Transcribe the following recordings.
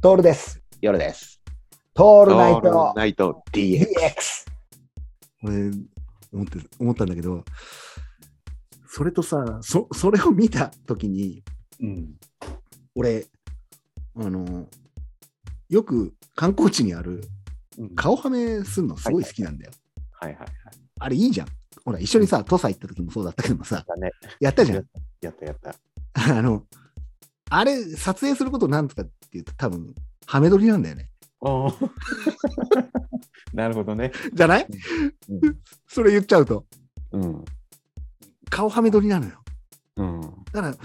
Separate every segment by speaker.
Speaker 1: トールです。
Speaker 2: 夜です。
Speaker 1: ト
Speaker 2: オ
Speaker 1: ールナイト
Speaker 2: ナイト DX。
Speaker 1: DX。
Speaker 3: 俺思って思ったんだけどそれとさそそれを見た時に
Speaker 1: うん。
Speaker 3: 俺あのよく観光地にある顔はめすんのすごい好きなんだよ、
Speaker 2: はいはいはい。
Speaker 3: あれいいじゃんほら一緒にさ土佐行った時もそうだったけどもさ
Speaker 2: だね。
Speaker 3: やったじゃん
Speaker 2: やったやった。
Speaker 3: あのあれ撮影することなんとかっていうと多分ハメ撮りなんだよね
Speaker 2: お なるほどね。
Speaker 3: じゃないそれ言っちゃうと
Speaker 2: うん。
Speaker 3: 顔はめ撮りなのよ
Speaker 2: うん。
Speaker 3: だから、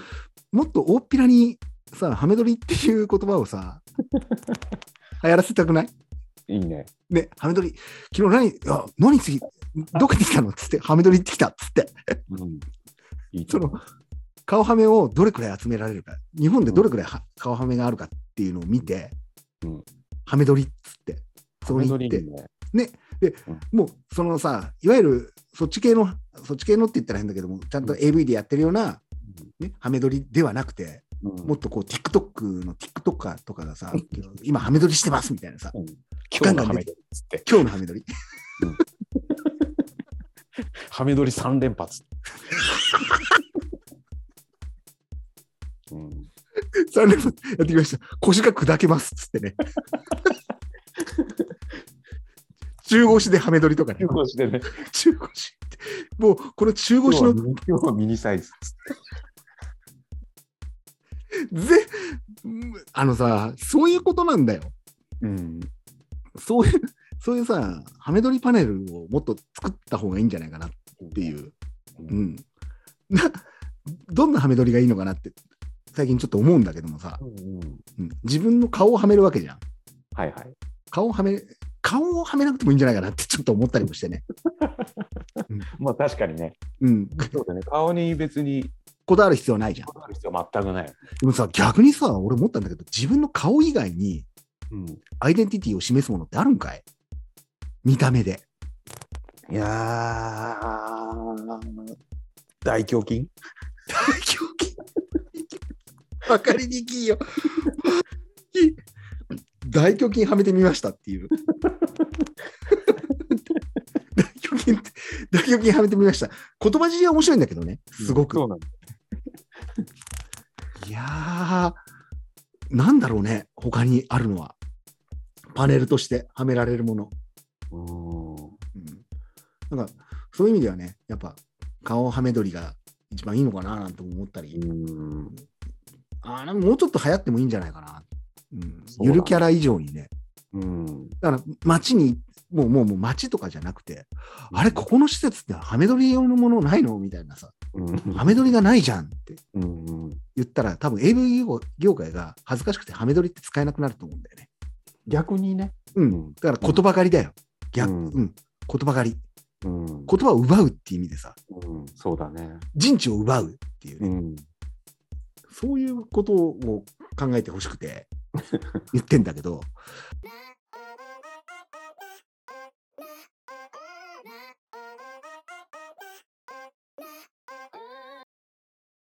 Speaker 3: もっと大っぴらにさ、ハメ撮りっていう言葉を さ、流行らせたくない
Speaker 2: いいね。
Speaker 3: ね、ハメ撮り、昨日何、いや何次、どっかに来たのっつって、ハメ撮り行ってきたっつって、
Speaker 2: うん。いい
Speaker 3: その、顔ハメをどれくらい集められるか、日本でどれくらいは、顔ハメがあるかっていうのを見て、
Speaker 2: うん
Speaker 3: ハメ撮りっつって、そこに行って、
Speaker 2: ね。
Speaker 3: もうそのさ、いわゆるそっち系の、そっち系のって言ったら変だけども、ちゃんと AV でやってるような、ね、ハメ撮りではなくて、も
Speaker 2: も
Speaker 3: っとこう TikTok の TikToker とかがさ、 今ハメ撮りしてますみたいなさ、
Speaker 2: 今日の
Speaker 3: ガン
Speaker 2: ハ
Speaker 3: ガン
Speaker 2: メ
Speaker 3: 出て
Speaker 2: 撮りっつって。
Speaker 3: 今日のハメ撮り。
Speaker 2: ハメ撮り三連発。うん。
Speaker 3: 3連発やってきました。腰が砕けますっつってね。 中腰でハメ撮りとかね。
Speaker 2: こうしてね。
Speaker 3: 中腰って。もうこの中腰の
Speaker 2: 今日はミニサイズっつって。
Speaker 3: ぜ、あのさ、そういうことなんだよ。
Speaker 2: うん。
Speaker 3: そういう、そういうさ、ハメ撮りパネルをもっと作った方がいいんじゃないかなっていう。う
Speaker 2: うん。
Speaker 3: ん。 な、どんなハメ撮りがいいのかなって、最近ちょっと思うんだけどもさ、
Speaker 2: うん
Speaker 3: うん自分の顔をはめるわけじゃん。
Speaker 2: はいはい。
Speaker 3: 顔をはめ、顔をはめなくてもいいんじゃないかなってちょっと思ったりもしてね。
Speaker 2: まあ確かにね。
Speaker 3: うん。
Speaker 2: そうだね。顔に別に
Speaker 3: こだわる必要ないじゃん。
Speaker 2: こだわる必要全くない。
Speaker 3: でもさ、逆にさ、俺思ったんだけど、自分の顔以外に
Speaker 2: うん。
Speaker 3: アイデンティティを示すものってあるんかい見た目で。
Speaker 2: いやー、大胸筋
Speaker 3: わかりにくいよ。大胸筋はめてみましたっていう。 大胸筋って、大胸筋はめてみました。言葉尻は面白いんだけどね、すごく。
Speaker 2: そうなんだ
Speaker 3: いやー、なんだろうね、他にあるのは。パネルとしてはめられるもの。
Speaker 2: う
Speaker 3: うん、なんか、そういう意味ではね、やっぱ、顔はめ撮りが一番いいのかななんて思ったり、
Speaker 2: ん。
Speaker 3: あーなんかもうちょっと流行ってもいいんじゃないかな。うん
Speaker 2: そうだね
Speaker 3: ゆるキャラ以上にね。
Speaker 2: うん。
Speaker 3: だから、街に、もう、もう、もう街とかじゃなくて、あれ、ここの施設ってハメ撮り用のものないのみたいなさ、
Speaker 2: うん
Speaker 3: ハメ撮りがないじゃんって
Speaker 2: うん。
Speaker 3: 言ったら、多分 AV 業業界が恥ずかしくてハメ撮りって使えなくなると思うんだよね。
Speaker 2: 逆にね。
Speaker 3: う。
Speaker 2: うんん。
Speaker 3: だから言葉狩りだよ。逆、
Speaker 2: うん
Speaker 3: うん。言葉狩り。
Speaker 2: うん。
Speaker 3: 言葉を奪うっていう意味でさ、
Speaker 2: うんそうだね。
Speaker 3: 陣地を奪うっていうね。
Speaker 2: ん。
Speaker 3: そういうことを考えてほしくて言ってんだけど、